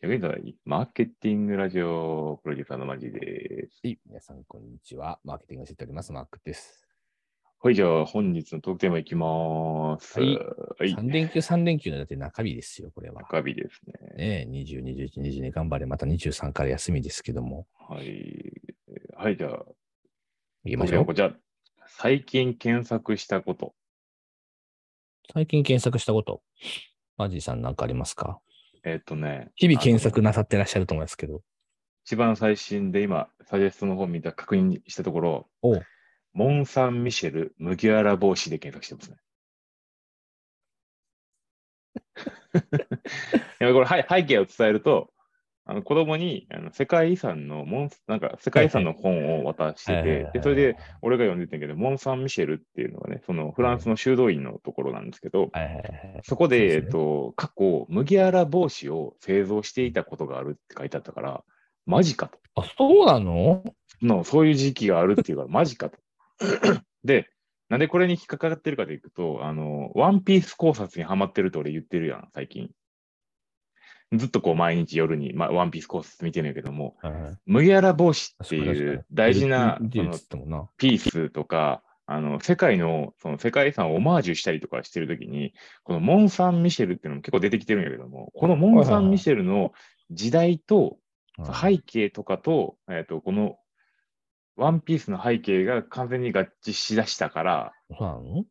役に立たないマーケティングラジオプロデューサーのマジです。はい、皆さん、こんにちは。マーケティングを教えております、マークです。はい、じゃあ本日のトークテーマいきます。はいはい。 3連休、3連休のだって中日ですよ、これは。中日ですね。ねえ、20、21、22頑張れ。また23から休みですけども。はい。はい、じゃあ、ト行きーまクしテーょマうこ。ちら。最近検索したこと。最近検索したこと、マジさんなんかありますかえっ、とね、日々検索なさってらっしゃると思いますけど。一番最新で今、サジェストの方見た確認したところ、おうモン・サン・ミシェル麦わら帽子で検索してますね。 いやこれはい背景を伝えると、あの子供にあの世界遺産のモンスなんか世界遺産の本を渡してはいはいはいてはい、でそれで俺が読んでたんやけど、モン・サン・ミシェルっていうのはね、そのフランスの修道院のところなんですけど、はいはいはいそこで、そうですねえっと、過去、麦わら帽子を製造していたことがあるって書いてあったから、マジかと。あ、そうなのの、そういう時期があるっていうから、マジか と。で、なんでこれに引っかかってるかというと、あの、ワンピース考察にハマってると俺言ってるやん、最近。ずっとこう毎日夜に、ま、ワンピース考察見てるんやけども、はいはい麦わら帽子って確かにい確かうに大事な出そる出るのっつってもな。ピースとか、あの、世界の、その世界遺産をオマージュしたりとかしてるときに、このモン・サン・ミシェルっていうのも結構出てきてるんやけども、このモン・サン・ミシェルの時代と背景とかと、えっ、と、この、ワンピースの背景が完全に合致しだしたから、うんそうなの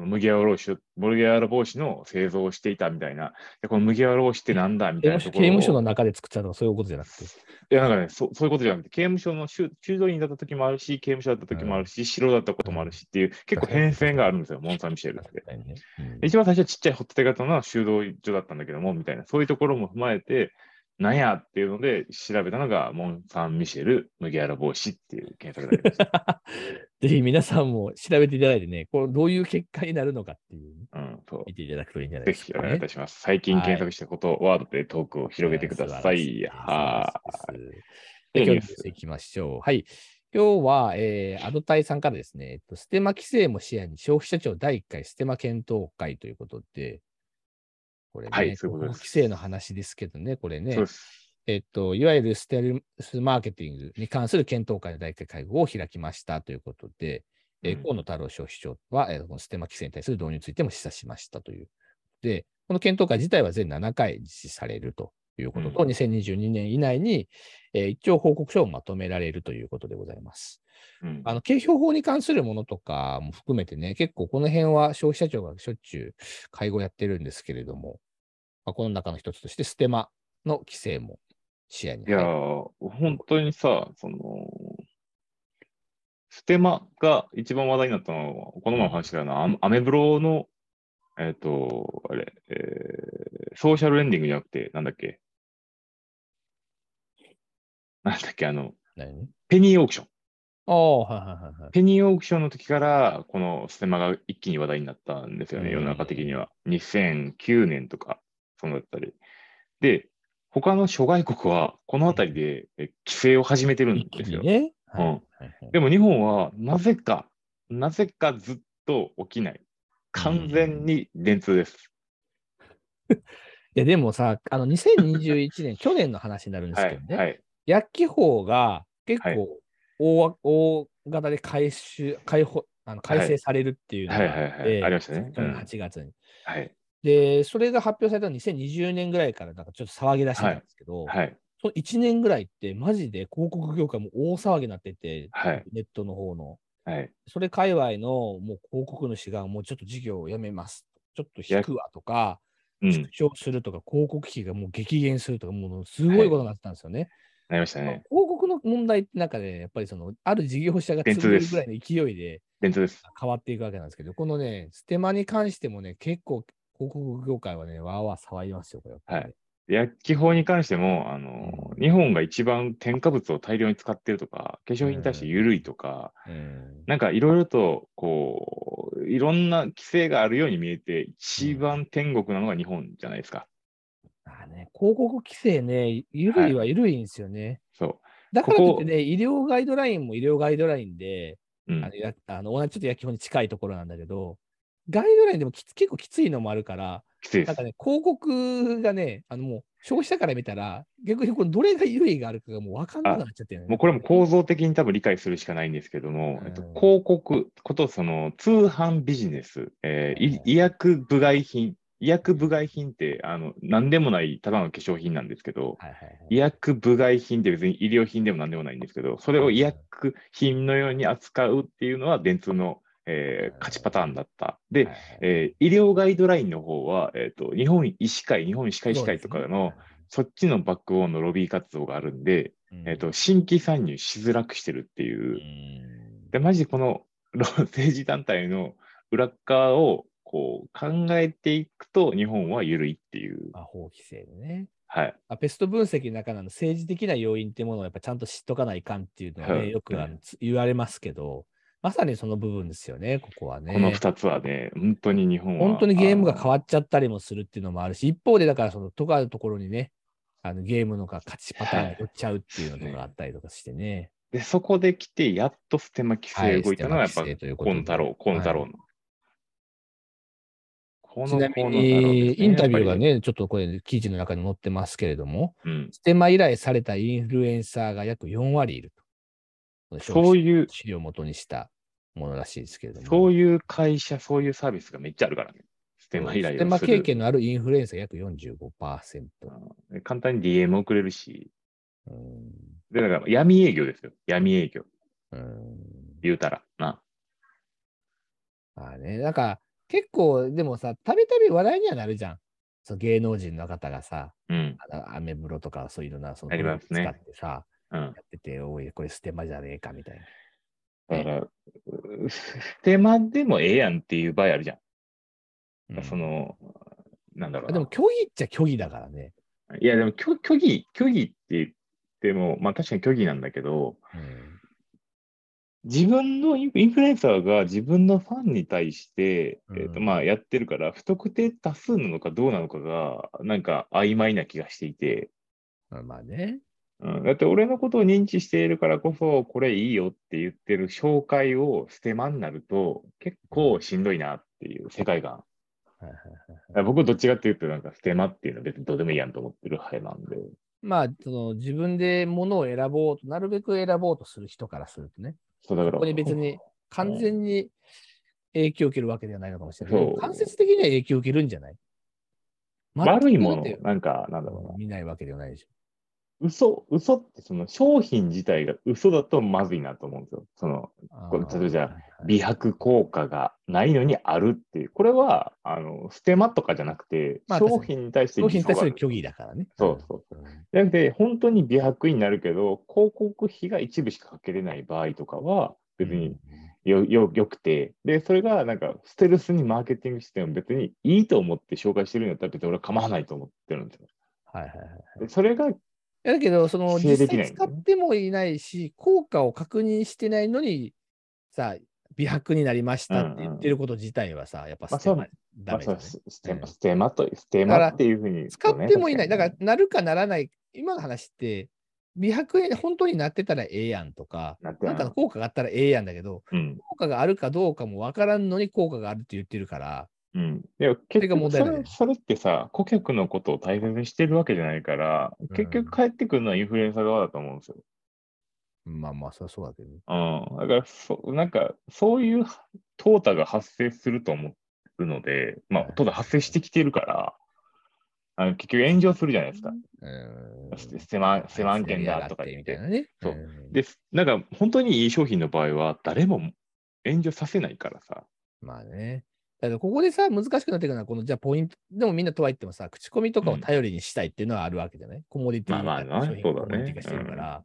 麦わら帽子、麦わら帽子の製造をしていたみたいな、でこの麦わら帽子ってなんだみ刑たいな務とこ所刑ろを。務所の中で作ったのはそういうことじゃなくて。いや、なんかね、そそういうことじゃなくて、刑務所の修修道院だった時もあるし、刑務所だった時もあるし、城だったこともあるしっていう、結構変遷があるんですよ、モン・サン・ミシェルって確。かにねうんで一番最初はちっちゃいホテテ型の修道所だったんだけども、みたいな、そういうところも踏まえて、なんやっていうので調べたのが、モン・サン・ミシェル、麦わら帽子っていう検索だけ です。 ぜひ皆さんも調べていただいてね、こうどういう結果になるのかっていうね、うん、そう。見ていただくといいんじゃないぜですひか、おね。願いいたします。最近検索したこと、ワードでトークを広げてください。ははいい。で今日のでニュースいきましょう。はい。今日は、えー、アドタイさんからですね、えっと、ステマ規制も視野に消費者庁第1回ステマ検討会ということで、これね、はいそういうことです広告規制の話ですけどね、これね、そうです。えっと、いわゆるステルスマーケティングに関する検討会の第1回会合を開きましたということで、えーうん河野太郎消費庁は、えーこのステマ規制に対する導入についても示唆しましたという。で、この検討会自体は全7回実施されるということと、うん2022年以内に、えー一応報告書をまとめられるということでございます。うんあの、景品法に関するものとかも含めてね、結構この辺は消費者庁がしょっちゅう会合やってるんですけれども、まあ、この中の一つとしてステマの規制も視野にいや入っー、本当にさ、その、ステマが一番話題になったのは、この前の話したような、アアメブロの、えっ、と、あれ、えーソーシャルエンディングじゃなくて、なんだっけ、なんだっけ、あの、てないね。ペニーオークション。ああ、はいはいはいはい。ペニーオークションの時から、このステマが一気に話題になったんですよね、うん世の中的には。2009年とか、そのだったり。で、他の諸外国は、このあたりでえ規制を始めてるん一気ですによ。ね。うんはいはいはいでも日本は、なぜか、なぜかずっと起きない。完全に電通です。いや、でもさ、あの、2021 年、去年の話になるんですはけいど。はね、い。薬機法が結はい構大わ、大型で改修、改法、あの改正されるっていうのはいがはいあっはい。てありましたね。う去ん年8月に。はい。で、それが発表されたのは2020年ぐらいから、なんかちょっと騒ぎ出してたんですけど、はい。その1年ぐらいって、マジで広告業界も大騒ぎになってて、はい。ネットの方の。はい。それ界隈のもう広告主がもうちょっと事業をやめます。ちょっと引くわとか、うん。縮小するとか、広告費がもう激減するとか、もうすごいことになってたんですよね。なりましたね広。告の問題って中で、やっぱりその、ある事業者が潰れるぐらいの勢いで電通です。変わっていくわけなんですけど、このね、ステマに関してもね、結構広告業界はね、わーわー騒いますよ、これ。はい薬機法に関しても、あの、日本が一番添加物を大量に使ってるとか、化粧品に対して緩いとか、うん。なんかいろいろと、こう、いろんな規制があるように見えて、一番天国なのが日本じゃないですか。まあね、広告規制ね、ゆるいはゆるいんですよね。そだからといっここてね、医療ガイドラインも医療ガイドラインで、う。うんあのやあの同じちょっと焼き本に近いところなんだけど、ガイドラインでもきつ結構きついのもあるから、きついでなんすか。ね、広告がね、あのも消費者から見たら、逆にこれどれが優位があるかがもう分かんなくなっちゃってる、もうこれも構造的に多分理解するしかないんですけども、うんえっと、広告ことその通販ビジネス、えーい医薬部外品、医薬部外品ってあの何でもないただの化粧品なんですけど、はいはいはい医薬部外品って別に医療品でも何でもないんですけど、それを医薬品のように扱うっていうのは電通の、えー勝ちパターンだった。で、はいはいえー医療ガイドラインの方は、えーと、日本医師会、日本医師会医師会とかの、そっちのバックボーンのロビー活動があるんで、えー、と新規参入しづらくしてるってういう。んで、マジこのロ 政治団体の裏側をこう考えていくと、日本は緩いっていう。まあ、法規制でね。はい。まあ、ペスト分析の中の政治的な要因ってものをやっぱちゃんと知っとかないかんっていうのはね、はいよくあのつ言われますけど、まさにその部分ですよね、ここはね。この2つはね、本当に日本は。本当にゲームが変わわっちゃったりもするっていうのもあるし、一方でだからその、とかあるところにね、あのゲームのが勝ちパターンに寄っちゃうっていうのがあったりとかしてね。で、そこで来て、やっとステマ規制動いたのは、やっぱ、ステマ規制ということ河で野太郎、河野太郎の。このちなみ河野太郎ですに、ねインタビューが、やっね、ちょっとこれ、記事の中に載ってますけれども、ぱりうんステマ依頼されたインフルエンサーが約4割いると。そうういう、資料を元にしたものらしいですけれども。そうういう会社、そういうサービスがめっちゃあるからね。ステマ依頼をする。ステマ経験のあるインフルエンサーが約45%。うん簡単に DM 送れるし、うん。で、だから闇営業ですよ。闇営業。うん言うたら、な。まあね、なんか結構でもさ、たびたび話題にはなるじゃん。そう芸能人の方がさ、うん。あのアメブロとかそういうのな、そのありますね使ってさ、うん。やってて、おい、これステマじゃねえかみたいな。だから、うステマでもええやんっていう場合あるじゃん。うんその、なんだろうあな。でも虚偽っちゃ虚偽だからね。いや、でも虚、虚偽、虚偽って言っても、まあ確かに虚偽なんだけど、うん自分のインインフルエンサーが自分のファンに対して、うんえっとまあ、やってるから、不特定多数なのかどうなのかが、なんか曖昧な気がしていて、まあまあね。うん、だって俺のことを認知しているからこそ、これいいよって言ってる紹介をステマになると、結構しんどいなっていう世界観。はいはいはいだから僕どっちかっていうと、なんかステマっていうのは別にどうでもいいやんと思ってる派なんで。まあその、自分でものを選ぼうと、なるべく選ぼうとする人からするとね、そうだかこら。こに別に完全に影響を受けるわけではないのかもしれないけそど。う間接的には影響を受けるんじゃない悪いもの全くだって、なんか、なんだろうな。見ないわけではないでしょ。嘘、嘘ってその商品自体が嘘だとまずいなと思うんですよ。そのあこれー例えばじゃあはいはい美白効果がないのにあるっていう。これは、あの、ステマとかじゃなくて、まあ商品に対して商品に対する偽装虚偽だからね。そうそううん。うがあるじゃなくて、本当に美白になるけど、広告費が一部しかかけれない場合とかは、別にんよ、よ、よくて、で、それがなんか、ステルスにマーケティングしても別にいいと思って紹介してるんだったら別に俺は構わないと思ってるんですよ。はいはいはい。でそれが、いやだけど、その否定で実きない際使ってもいないし、効果を確認してないのに、さ、美白になりましたって言ってること自体はさ、やっぱまあステそマうまダあ、メそだうね。スステうんマ、ステマと、ステだかマらっていうふうに、使ってもいない。そだうねから、なるかならない、今の話って、美白に本当になってたらええやんとか、なってなんかの効果があったらええやんだけど、うん。効果があるかどうかもわからんのに効果があるって言ってるから、うん。でもれ結が問局題そだよれね、それってさ、顧客のことを大切にしてるわけじゃないから、結局帰ってくるのはインフルエンサー側だと思うんですよ。まあまあ、そりゃそうだけどね。うん。だから、そうなんか、そういう淘汰が発生すると思うので、まあ、淘汰発生してきてるから、あの結局炎上するじゃないですか。うスんテステマ、ステマ案件だとか言みったいて。なね。そうんで、なんか、本当にいい商品の場合は、誰も炎上させないからさ。まあね。だからここでさ、難しくなってくるのは、このじゃあポイント、でもみんなとは言ってもさ、口コミとかを頼りにしたいっていうのはあるわけじゃない、コモディティまあまあな商品そうだねコモディティ化してるから。っ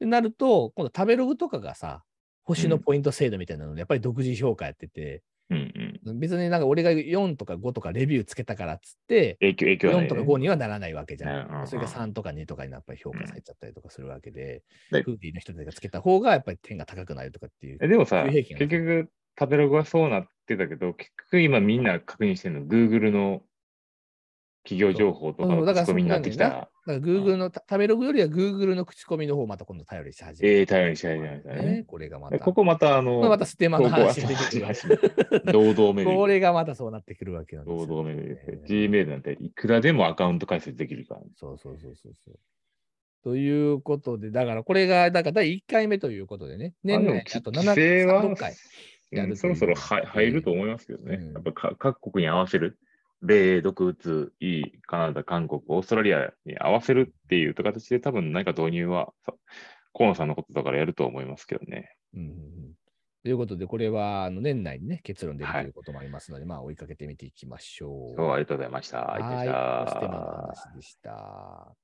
てなると、今度食べログとかがさ、星のポイント制度みたいなので、やっぱり独自評価やってて、うんうん。別になんか俺が4とか5とかレビューつけたからっつって、影響、影響はな4いとね、か5にはならないわけじゃうんうんうんん。それが3とか2とかにやっぱり評価されちゃったりとかするわけで、でクーディーの人たちがつけた方がやっぱり点が高くなるとかっていうえ。でもさ、不平均が結局、食べログはそうなってたけど、結局今みんな確認してるの、Google の企業情報とかうんのだから口コミになってきたら、だから Google の、た食べログよりは Google の口コミの方をまた今度頼りし始めえる。え頼りにしないじゃないですかねね。これがまでた。ここまた、あの、まあまたステマの話投稿も出てくる。話も堂々巡 こり。れがまたそうなってくるわけなんです堂よ、々巡りですよえ。ー Gmail なんていくらでもアカウント解説できるから、そうそうそうそうそう。ということで、だからこれが、だから第1回目ということでね、年内あとまあでも7規制は6回。やるといううんそろそろは入ると思いますけどね。うんやっぱか各国に合わせる。米、独、打つ、いい、カナダ、韓国、オーストラリアに合わせるっていう形で多分何か導入は、さ河野さんのことだからやると思いますけどね。うんうんうんということで、これはあの年内にね、結論出るとはいいうこともありますので、まあ追いかけてみていきましょう。今日はありがとうございました。はいい。ってきたステマの話でした。